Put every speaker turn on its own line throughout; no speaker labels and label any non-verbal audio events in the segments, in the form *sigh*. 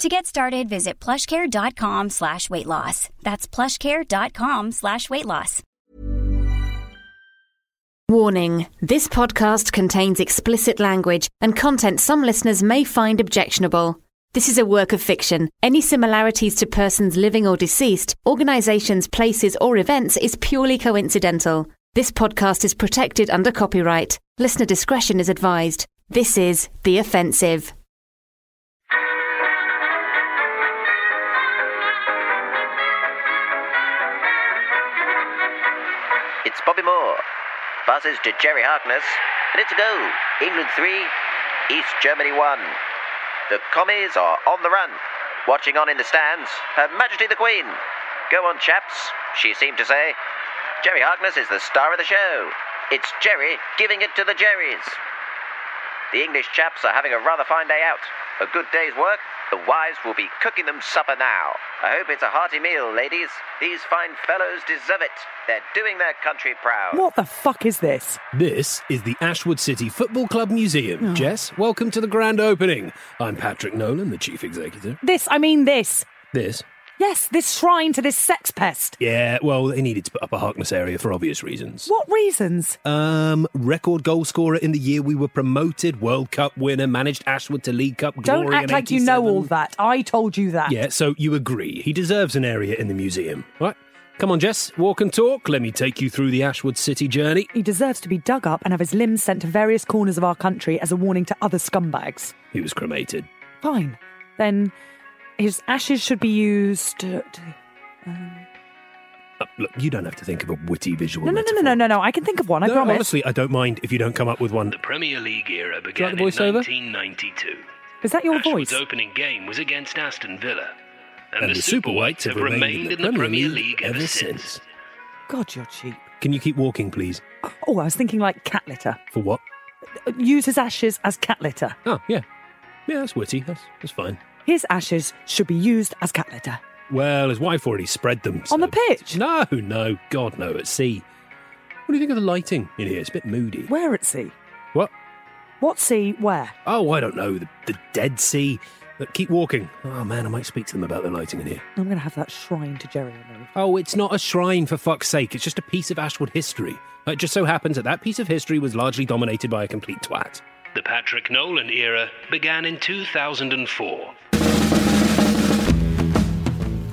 To get started, visit plushcare.com slash weight loss. That's plushcare.com slash weight loss.
Warning this podcast contains explicit language and content some listeners may find objectionable. This is a work of fiction. Any similarities to persons living or deceased, organizations, places, or events is purely coincidental. This podcast is protected under copyright. Listener discretion is advised. This is The Offensive.
It's Bobby Moore. Passes to Jerry Harkness. And it's a goal. England 3, East Germany 1. The commies are on the run. Watching on in the stands, Her Majesty the Queen. Go on, chaps, she seemed to say. Jerry Harkness is the star of the show. It's Jerry giving it to the Jerrys. The English chaps are having a rather fine day out. A good day's work. The wives will be cooking them supper now. I hope it's a hearty meal, ladies. These fine fellows deserve it. They're doing their country proud.
What the fuck is this? Oh.
This is the Ashwood City Football Club Museum. Jess, welcome to the grand opening. I'm Patrick Nolan, the chief executive.
This, I mean this.
This?
Yes, this shrine to this sex pest.
Yeah, well, they needed to put up a Harkness area for obvious reasons.
What reasons?
Um, record goal scorer in the year we were promoted, World Cup winner, managed Ashwood to League Cup glory.
Don't act
in
like you know
87.
all that. I told you that.
Yeah, so you agree. He deserves an area in the museum, right? Come on, Jess, walk and talk. Let me take you through the Ashwood City journey.
He deserves to be dug up and have his limbs sent to various corners of our country as a warning to other scumbags.
He was cremated.
Fine. Then his ashes should be used to. to-
Uh, look, you don't have to think of a witty visual
No, no, no, no,
metaphor.
no, no, no. I can think of one, I
no,
promise.
honestly, I don't mind if you don't come up with one.
The Premier League era
like
began
the voiceover?
in 1992.
Is that your
Ashwood's
voice?
opening game was against Aston Villa. And,
And
the,
the
Super Whites have remained in the Premier League ever since.
God, you're cheap.
Can you keep walking, please?
Oh, I was thinking like cat litter. Uh,
For what?
Use his ashes as cat litter.
Oh, yeah. Yeah, that's witty. That's, that's fine.
His ashes should be used as cat litter.
Well, his wife already spread them.
On the pitch?
No, no. God, no. At sea. What do you think of the lighting in here? It's a bit moody.
Where at sea?
What?
What sea? Where?
Oh, I don't know. The, the Dead Sea. Look, keep walking. Oh, man, I might speak to them about the lighting in here.
I'm going to have that shrine to Jerry removed.
Oh, it's not a shrine, for fuck's sake. It's just a piece of Ashwood history. It just so happens that that piece of history was largely dominated by a complete twat.
The Patrick Nolan era began in 2004.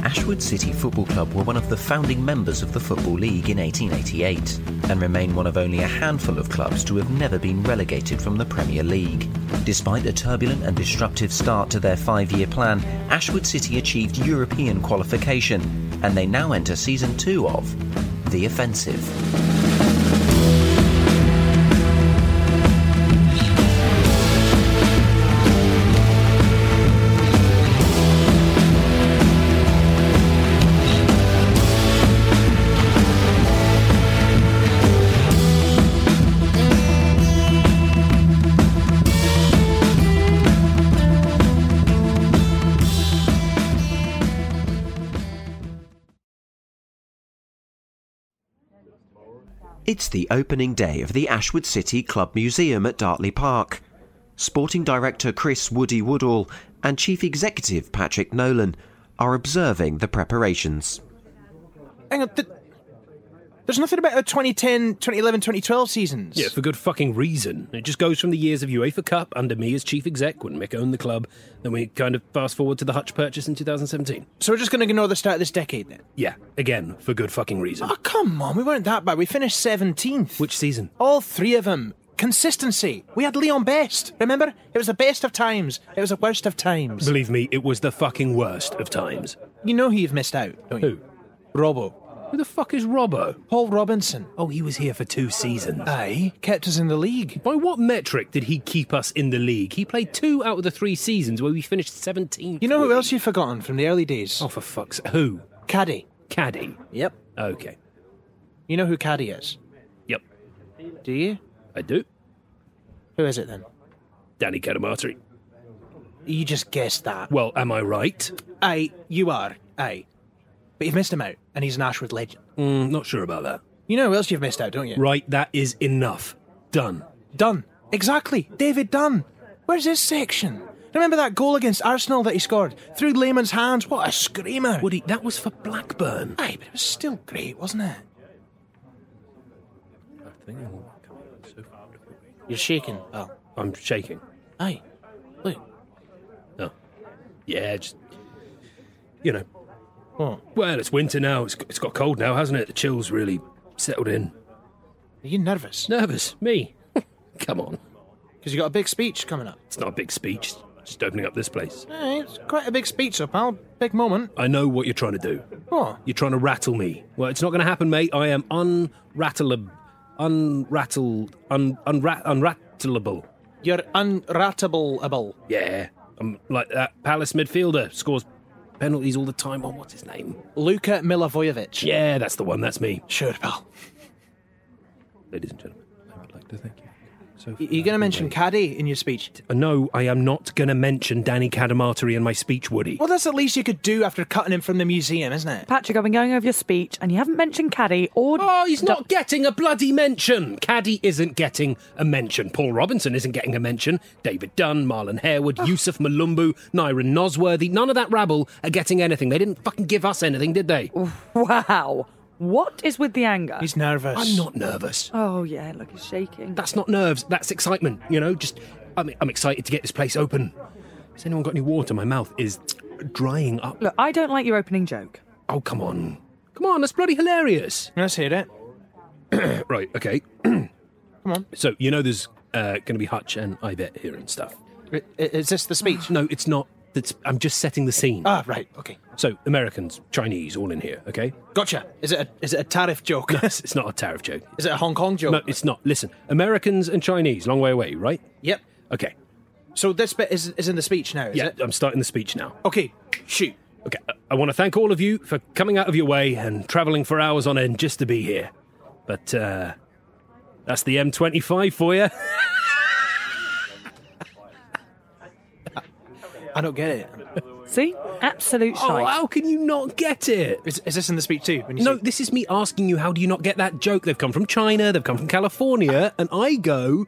Ashwood City Football Club were one of the founding members of the Football League in 1888 and remain one of only a handful of clubs to have never been relegated from the Premier League. Despite a turbulent and disruptive start to their five year plan, Ashwood City achieved European qualification and they now enter season two of The Offensive. It's the opening day of the Ashwood City Club Museum at Dartley Park. Sporting director Chris Woody Woodall and chief executive Patrick Nolan are observing the preparations.
Hang on. Did, There's nothing about the 2010, 2011, 2012 seasons.
Yeah, for good fucking reason. It just goes from the years of UEFA Cup under me as chief exec when Mick owned the club, then we kind of fast forward to the Hutch purchase in 2017.
So we're just going to ignore the start of this decade then.
Yeah, again, for good fucking reason.
Oh, come on, we weren't that bad. We finished 17th.
Which season?
All three of them. Consistency. We had Leon Best. Remember? It was the best of times. It was the worst of times.
Believe me, it was the fucking worst of times.
You know who you've missed out, don't you? Who? Robbo.
Who the fuck is Robbo?
Paul Robinson.
Oh, he was here for two seasons.
Aye, kept us in the league.
By what metric did he keep us in the league? He played two out of the three seasons where we finished 17th.
You know who else you've forgotten from the early days?
Oh, for fuck's Who?
Caddy.
Caddy.
Yep.
Okay.
You know who Caddy is?
Yep.
Do you?
I do.
Who is it then?
Danny Catamartri.
You just guessed that.
Well, am I right?
Aye, you are. Aye. But you've missed him out, and he's an Ashwood legend.
Mm, not sure about that.
You know who else you've missed out, don't you?
Right, that is enough. Done.
Dunn. Exactly. David Dunn. Where's his section? Remember that goal against Arsenal that he scored? Through layman's hands. What a screamer.
Woody, that was for Blackburn.
Aye, but it was still great, wasn't it? You're shaking. Oh.
I'm shaking.
Aye. Look.
Oh. Yeah, just. You know.
What?
Well, it's winter now. It's, it's got cold now, hasn't it? The chill's really settled in.
Are you nervous?
Nervous. Me. *laughs* Come on.
Because you got a big speech coming up.
It's not a big speech. It's just opening up this place.
Aye, it's quite a big speech, so pal. Big moment.
I know what you're trying to do.
What?
You're trying to rattle me. Well, it's not going to happen, mate. I am unrattlable. Unrattled. Un, unra- unrattleable.
You're unratable-able.
Yeah. I'm like that Palace midfielder. Scores penalties all the time. Oh, what's his name?
Luka Milivojevic.
Yeah, that's the one. That's me.
Sure, pal.
Ladies and gentlemen, I would like to thank you. So
Y- You're going to mention Caddy in your speech.
No, I am not going to mention Danny Cadamartri in my speech, Woody.
Well, that's the least you could do after cutting him from the museum, isn't it?
Patrick, I've been going over your speech and you haven't mentioned Caddy or.
Oh, he's not getting a bloody mention. Caddy isn't getting a mention. Paul Robinson isn't getting a mention. David Dunn, Marlon
Ah.
Harewood, Yusuf Malumbu, Nyron Nosworthy, none of that rabble are getting anything. They didn't fucking give us anything, did they?
Wow. What is with the anger?
He's nervous.
I'm not nervous.
Oh, yeah, look, he's shaking.
That's not nerves. That's excitement. You know, just I'm, I'm excited to get this place open. Has anyone got any water? My mouth is drying up.
Look, I don't like your opening joke.
Oh, come on. *clears throat* Come on, that's bloody hilarious.
Let's hear it.
Right, okay. *clears throat*
Come on.
So, you know, there's uh, going to be Hutch and Ivet here and stuff.
I- i- Is this the speech?
No, it's not. That's, I'm just setting the scene.
ah, right. Okay.
so, Americans, Chinese, all in here, okay?
Gotcha. Is it a, is it a tariff joke? *laughs*
It's, it's not a tariff joke.
Is it a Hong Kong joke?
No, it's not. Listen, Americans and Chinese, long way away, right?
Yep.
Okay.
So this bit is, is in the speech now, is
yeah,
it?
I'm starting the speech now.
Okay. Shoot.
Okay, I- I want to thank all of you for coming out of your way and travelling for hours on end just to be here. But uh, that's the M25 for you.
I don't get it.
*laughs* See? Absolute
Oh,
shite.
how can you not get it?
Is, is this in the speech too? When you
No,
say-
this is me asking you, how do you not get that joke? They've come from China, they've come from California, and I go,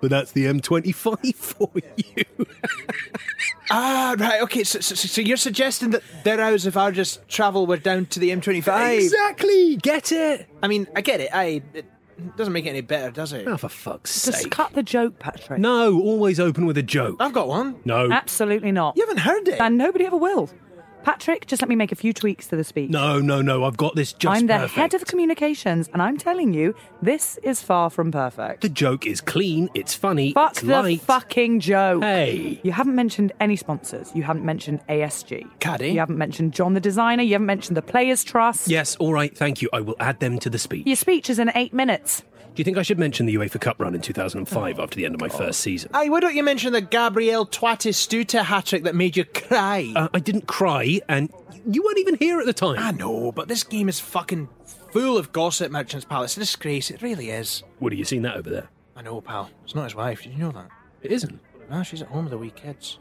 but that's the M25 for you.
ah, right. Okay. So, so, so you're suggesting that their hours of our just travel were down to the M25.
Exactly! Get it?
I mean, I get it. I. It doesn't make it any better, does it?
Oh, for fuck's
Just
sake.
cut the joke, Patrick.
No, always open with a joke.
I've got one.
No.
Absolutely not.
You haven't heard it.
And nobody ever will. Patrick, just let me make a few tweaks to the speech.
No, no, no, I've got this just
I'm the
perfect.
head of communications, and I'm telling you, this is far from perfect.
The joke is clean, it's funny,
Fuck
it's
the
light.
fucking joke.
Hey.
You haven't mentioned any sponsors. You haven't mentioned ASG.
Caddy.
You haven't mentioned John the designer. You haven't mentioned the Players Trust.
Yes, all right, thank you. I will add them to the speech.
Your speech is in eight minutes.
Do you think I should mention the UEFA Cup run in 2005 after the end of my first season?
Aye, why don't you mention the Gabrielle Twattis Stuta hat trick that made you cry?
Uh, I didn't cry, and you weren't even here at the time.
I know, but this game is fucking full of gossip, Merchants Pal. It's a disgrace. It really is.
What have you seen that over there?
I know, pal. It's not his wife. Did you know that?
It isn't.
Ah, she's at home with the wee kids.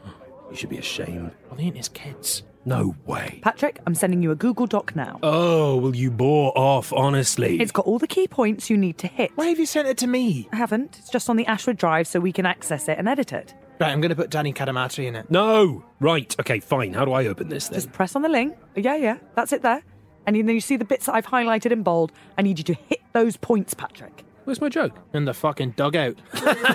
You should be ashamed.
Well, they ain't his kids.
No way.
Patrick, I'm sending you a Google Doc now.
Oh, well, you bore off, honestly.
It's got all the key points you need to hit.
Why have you sent it to me?
I haven't. It's just on the Ashwood Drive so we can access it and edit it.
Right, I'm going to put Danny Cadamatri in it.
No! Right, okay, fine. How do I open this then?
Just press on the link. Yeah, yeah. That's it there. And then you see the bits that I've highlighted in bold. I need you to hit those points, Patrick.
Where's my joke?
In the fucking dugout.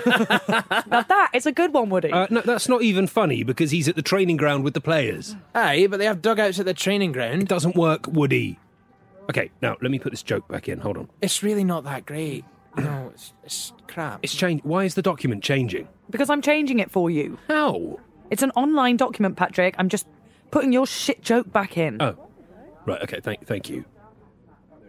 Now that is a good one, Woody.
Uh, no, that's not even funny because he's at the training ground with the players.
Aye, but they have dugouts at the training ground.
Doesn't work, Woody. Okay, now let me put this joke back in. Hold on.
It's really not that great. No, it's, it's crap.
It's changed. Why is the document changing?
because I'm changing it for you.
How?
It's an online document, Patrick. I'm just putting your shit joke back in.
Oh, right. Okay. Thank. Thank you.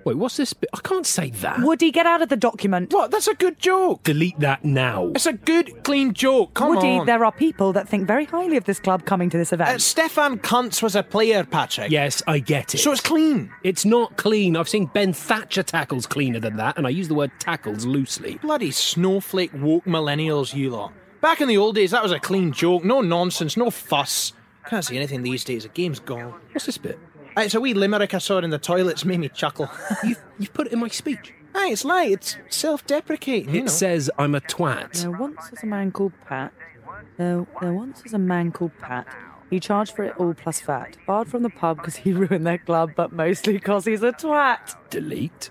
Wait. What's this? Bit? I can't say that.
Woody, get out of the document.
What? That's a good joke.
Delete that now.
It's a good, clean joke. Come
Woody,
on.
there are people that think very highly of this club coming to this event.
Uh, Stefan Kuntz was a player, Patrick.
Yes, I get it.
So it's clean.
It's not clean. I've seen Ben Thatcher tackles cleaner than that, and I use the word tackles loosely.
Bloody snowflake woke millennials, you lot. Back in the old days, that was a clean joke. No nonsense, no fuss. Can't see anything these days. The game's gone.
What's this bit?
Aye, It's a wee limerick I saw in the toilets, made me chuckle. *laughs*
You've, you've put it in my speech.
Aye, it's light. It's self-deprecating. You
It
know.
says I'm a twat.
There once was a man called Pat. There, there once was a man called Pat. He charged for it all plus fat. Barred from the pub because he *laughs* ruined their club, but mostly because he's a twat.
Delete.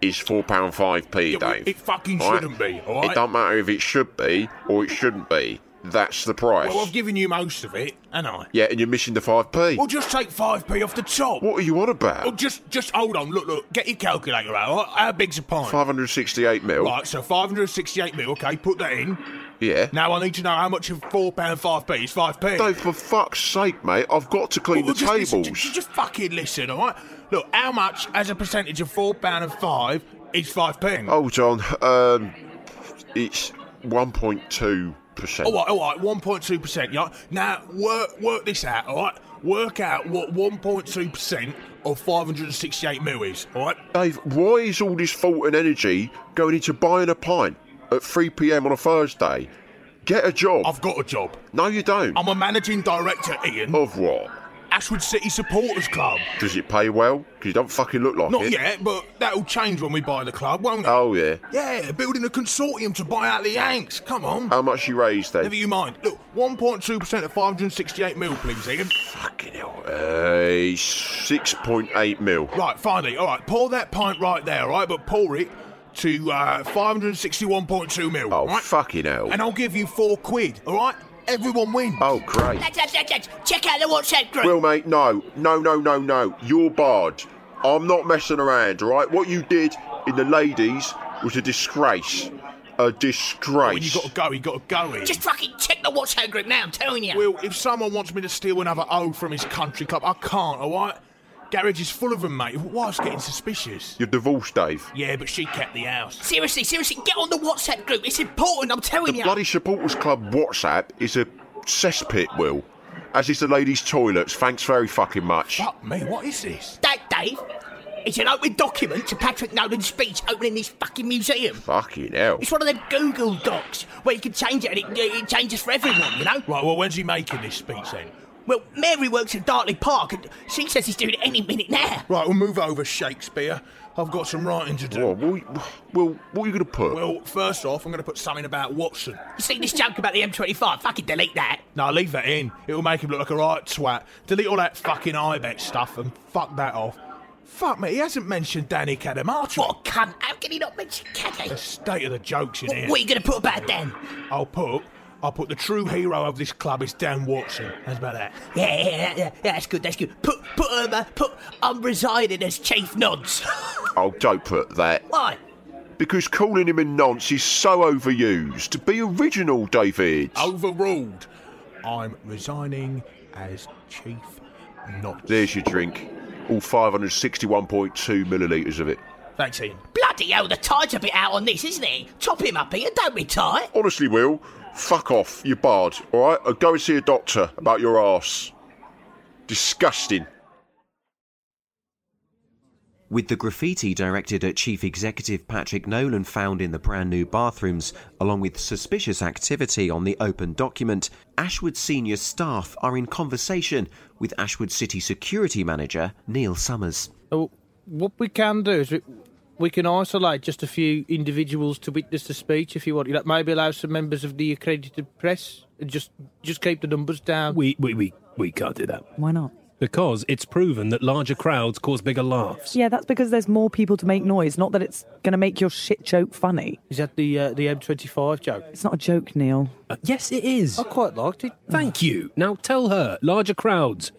is £4.5p, Dave.
It fucking
All right?
shouldn't be, alright?
It don't matter if it should be or it shouldn't be. That's the price.
Well, I've given you most of it, and I.
yeah, and you're missing the 5p.
Well, just take 5p off the top.
what are you on about?
Oh, just, just hold on. Look, look. Get your calculator out. all right? How big's a pint?
568 mil.
Right, so 568 mil. Okay, put that in.
Yeah.
Now I need to know how much of four pound five p is five p.
Dave, for fuck's sake, mate, I've got to clean the
just, listen,
tables.
just, just fucking listen, all right? Look, how much as a percentage of four pound and five is five p?
Hold on. Um, it's 1.2%.
All right, all right, one point two percent. Yeah. Now work work this out. All right, work out what one point two percent of five hundred and sixty-eight mil is. All right.
Dave, why is all this thought and energy going into buying a pint at 3pm on a Thursday? Get a job.
I've got a job.
No, you don't.
I'm a managing director, Ian.
Of what?
Ashwood City Supporters Club.
Does it pay well? 'Cause you don't fucking look like
Not
it.
yet, but that'll change when we buy the club, won't it?
Oh, yeah.
Yeah, building a consortium to buy out the Yanks. Come on.
How much you raised then?
Never you mind. Look, 1.2% of 568 mil, please, Ian.
Fucking hell. Uh, 6.8 mil.
Right, finally. All right, pour that pint right there, all right? But pour it to uh, 561.2 mil.
Oh,
all right?
fucking hell.
And I'll give you four quid, all right? Everyone wins.
Oh, great.
Check out the WhatsApp group.
Well, mate, no. No, no, no, no. You're barred. I'm not messing around, all right? What you did in the ladies was a disgrace. A
When you
disgrace.
got to go, you got to go, eh? Ian.
fucking check the WhatsApp group now, I'm telling you.
Well, if someone wants me to steal another O from his country club, I can't, all right? Garage is full of them, mate. Wife's getting suspicious.
You're divorced, Dave.
Yeah, but she kept the house.
Seriously, seriously, get on the WhatsApp group. It's important, I'm telling
The bloody supporters club WhatsApp is a cesspit, Will. as is the ladies' toilets. Thanks very fucking much.
Fuck me, what is this?
That, Dave, is an open document to Patrick Nolan's speech opening this fucking museum.
*laughs*
Fucking hell.
It's one of them Google Docs where you can change it and it, it changes for everyone, you know?
Right, well, when's he making this speech then?
Well, Mary works at Dartley Park and she says he's doing it any minute now.
Right, we'll move over, Shakespeare. I've got some writing to do.
Well, well, what are you going to put?
Well, first off, I'm going to put something about Watson.
You seen this joke about the M25? Fucking delete that.
No, leave that in. It'll make him look like a right twat. Delete all that fucking IBET stuff and fuck that off. Fuck me, he hasn't mentioned Danny Cadamartri.
What a cunt. Um, How can he not mention Caddy?
The state of the joke's in
What,
here.
what are you going to put about Dan?
I'll put, I'll put the true hero of this club is Dan Watson. How's about that?
*laughs* Yeah, yeah, yeah, yeah, yeah, that's good, that's good. Put, put, um, uh, put, I'm resigning as Chief Nods. *laughs*
Oh, don't put that.
Why?
Because calling him a nonce is so overused. Be original, David.
Overruled. I'm resigning as chief. Not.
There's your drink. All 561.2 millilitres of it.
Thanks, Ian.
Bloody hell, the tide's a bit out on this, isn't he? Top him up, Ian, don't be tight.
Honestly, Will, fuck off. You're barred, all right? I'll go and see a doctor about your arse. Disgusting.
With the graffiti directed at Chief Executive Patrick Nolan found in the brand new bathrooms, along with suspicious activity on the open document, Ashwood senior staff are in conversation with Ashwood City security manager Neil Summers.
So Uh, what we can do is we, we can isolate just a few individuals to witness the speech if you want. You know, maybe allow some members of the accredited press and just just keep the numbers down.
We we we, we can't do that.
Why not?
Because it's proven that larger crowds cause bigger laughs.
Yeah, that's because there's more people to make noise, not that it's going to make your shit joke funny.
Is that the uh, the M25 joke?
It's not a joke, Neil.
Uh, yes, it is.
I quite liked it.
Thank you. Now tell her, larger crowds.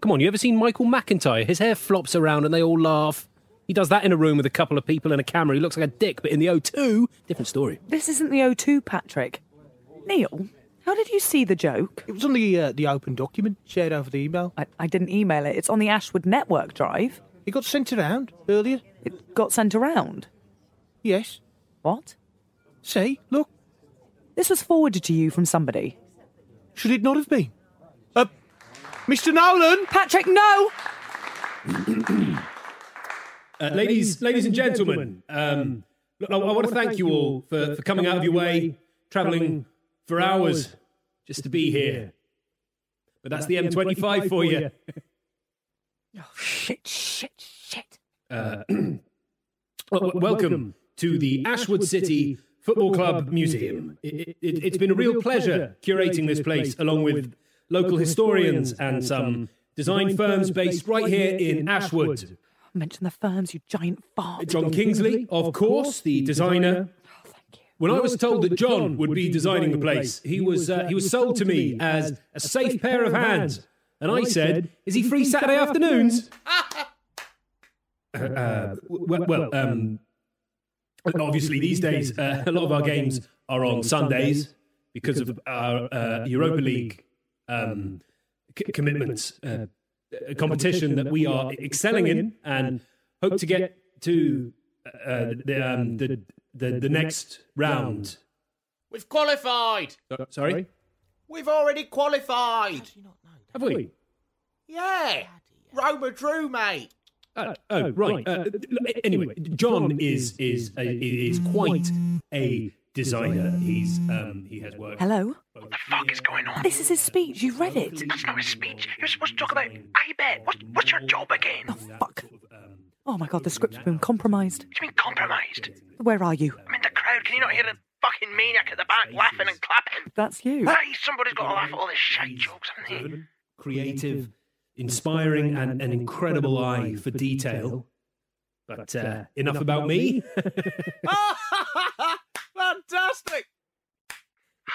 Come on, you ever seen Michael McIntyre? His hair flops around and they all laugh. He does that in a room with a couple of people and a camera. He looks like a dick, but in the O2, different story.
This isn't the O2, Patrick. Neil, how did you see the joke?
It was on the uh, the open document shared over the email.
I, I didn't email it. It's on the Ashwood Network Drive.
It got sent around earlier.
It got sent around.
Yes.
What?
See, look.
This was forwarded to you from somebody.
Should it not have been? Uh, Mr. Nolan.
Patrick, no!
Uh, ladies, ladies and gentlemen, um, look, I, want to thank you all for, for coming out of your way, travelling for hours just to be here. But that's the M25 for you.
Oh, Shit, shit, shit.
Well, welcome to the Ashwood City Football Club Museum. It, it, it's been a real pleasure curating this place along with local historians and some design firms based right here in Ashwood.
Mention the firms, you giant fart.
John Kingsley, of course, the designer. When I was told that John would be designing the place, he was uh, he was sold to me as a safe pair of hands, and I said, "Is he free Saturday afternoons?" Uh, well, well, um, obviously these days uh, a lot of our games are on Sundays because of our uh, Europa League um, c- commitments, uh, a competition that we are excelling in, and hope to get to uh, the, um, the the the next round.
We've qualified.
So- Sorry, Uh,
We've already qualified.
have we?
Yeah. Roma drew, mate.
Uh, oh, right. Uh, anyway, John is is uh, is quite a designer. He's um he has worked.
Hello?
What the fuck is going on?
This is his speech. You read it.
That's not his speech. You're supposed to talk about IBET. What's, what's your job again?
Oh, fuck. Oh my god, the script's been compromised.
It's been compromised.
Where are you?
I'm in the crowd. Can you not hear the fucking maniac at the back laughing and clapping?
That's you.
Hey, somebody's got to laugh at all this shit jokes, haven't they?
creative, inspiring, and an incredible eye for detail. But uh, enough about me.
Fantastic.
Oh,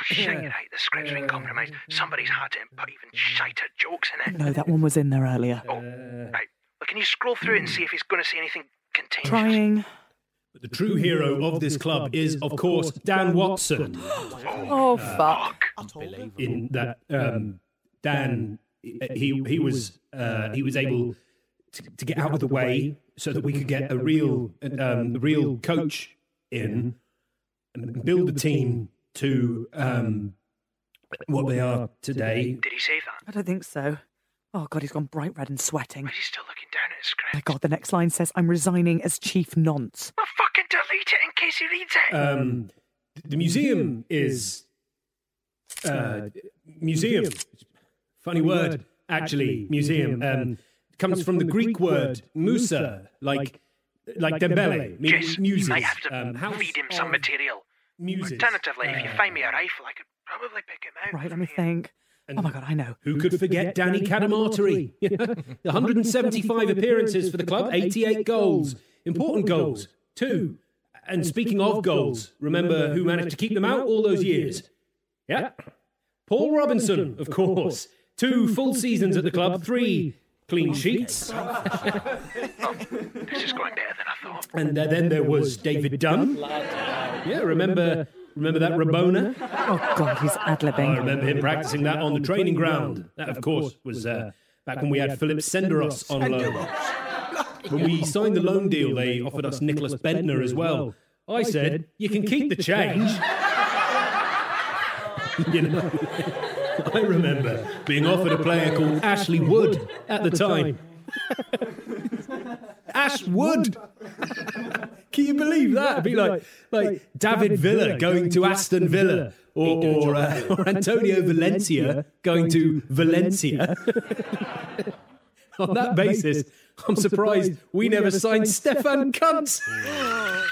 shit, you're right. The script's been compromised. Somebody's had to put even shiter jokes in it.
No, that one was in there earlier.
Uh,
Right. Well, can you scroll through it and see if he's going to say anything contagious?
Trying.
But the true hero of this club is, of course, Dan Watson.
Oh,
uh,
fuck.
In that, um, Dan, he he was uh, he was able to, to get out of the way so that we could get a real um, a real coach in and build a team to um, what they are today.
Did he say that? I don't think so. Oh god, he's gone bright red and sweating. But he's still looking down at his script. My god, the next line says, "I'm resigning as chief nonce."
Well, fucking delete it in case he reads it.
Um, the museum is uh, museum. Funny word, actually, museum. Um, comes from the Greek word musa, like like dembele, mu-
Jess,
muses.
you might have to
um, house
feed him some
of
material.
muses.
Alternatively, if you
Uh,
find me a rifle,
*laughs*
I could probably pick him out.
Right, let me think. oh my god, I know.
Who could forget Danny *laughs* Cadamartari? 175 appearances for the club, 88 goals. Important goals, two. And speaking of goals, remember who managed to keep them out all those years? Yeah. Paul Robinson, of course. Two full seasons at the club, three clean sheets.
Oh. This is going better than I thought.
And uh, then there was David Dunn. Yeah, remember remember that Rabona?
Oh god, he's ad-libbing.
I remember him practicing that on the training ground. That, of course, was uh, back when we had Philip Senderos on loan. When we signed the loan deal, they offered us Nicholas Bentner as well. I said, "You can keep the change." *laughs* you know, I remember being offered a player called Ashley Wood at the time. Ash Wood. Can you believe that? It'd be like like David Villa going to Aston Villa, or or, uh, or *laughs* Antonio Valencia going to Valencia. *laughs* On that basis, I'm surprised we never signed Stefan Kuntz.
*laughs*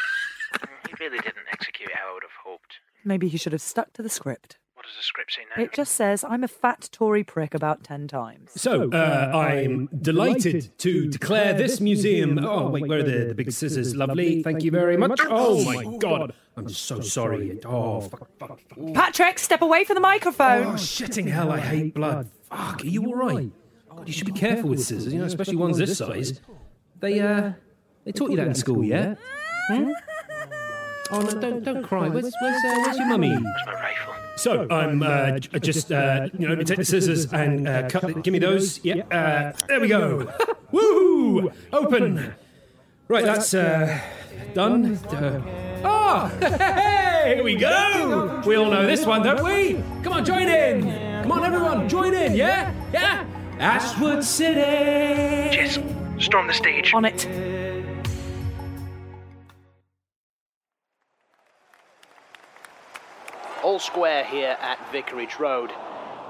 He really didn't execute how I would have hoped.
Maybe he should have stuck to the script.
What does the script say now?
It just says, "I'm a fat Tory prick" about ten times.
So uh, I'm delighted to declare this museum. Oh wait, where are the, the big scissors? Lovely, thank you very much. Oh my god, I'm so sorry. Oh fuck, fuck, fuck.
Patrick, step away from the microphone.
Oh, shitting hell, I hate blood. Fuck, are you alright? God, you should be careful with scissors, you know, especially ones this size. They, uh, they taught you that in school, yeah? Oh, no, don't, don't cry. Where's, where's, uh, where's your mummy? So, I'm uh, j- just, uh, you know, let me take the scissors and uh, cut. The, give me those. Yeah, uh, there we go. *laughs* Woo! Open. Right, that's uh, done. Uh, ah, *laughs* here we go. We all know this one, don't we? Come on, join in. Come on, everyone, join in. Yeah, yeah. Ashwood City.
Jess, storm the stage.
On it.
All square here at Vicarage Road.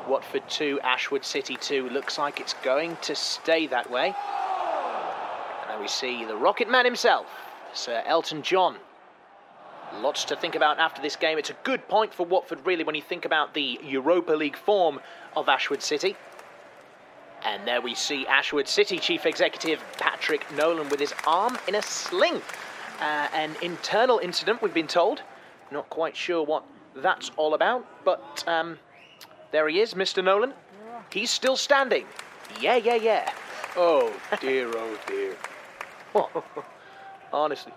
Watford 2, Ashwood City 2. Looks like it's going to stay that way. And now we see the Rocket Man himself, Sir Elton John. Lots to think about after this game. It's a good point for Watford, really, when you think about the Europa League form of Ashwood City. And there we see Ashwood City Chief Executive Patrick Nolan with his arm in a sling. Uh, an internal incident, we've been told. Not quite sure what that's all about, but um, there he is, Mr. Nolan. He's still standing. Yeah, yeah, yeah. Oh dear, oh dear. Honestly,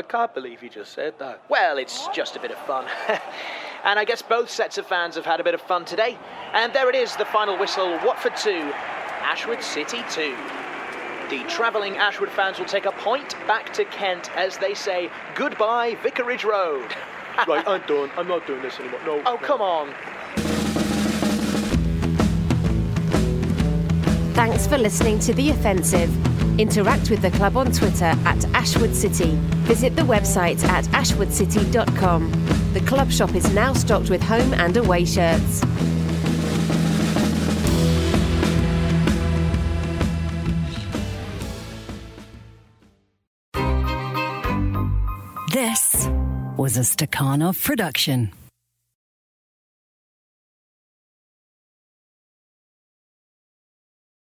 I can't believe you just said that. Well, it's just a bit of fun. *laughs* and I guess both sets of fans have had a bit of fun today. And there it is, the final whistle Watford 2, Ashwood City 2. The travelling Ashwood fans will take a point back to Kent as they say goodbye, Vicarage Road. *laughs* right, I'm done. I'm not doing this anymore. No. Oh, come on.
Thanks for listening to The Offensive. Interact with the club on Twitter at Ashwood City. Visit the website at ashwoodcity.com. The club shop is now stocked with home and away shirts.
This was a Stakhanov production.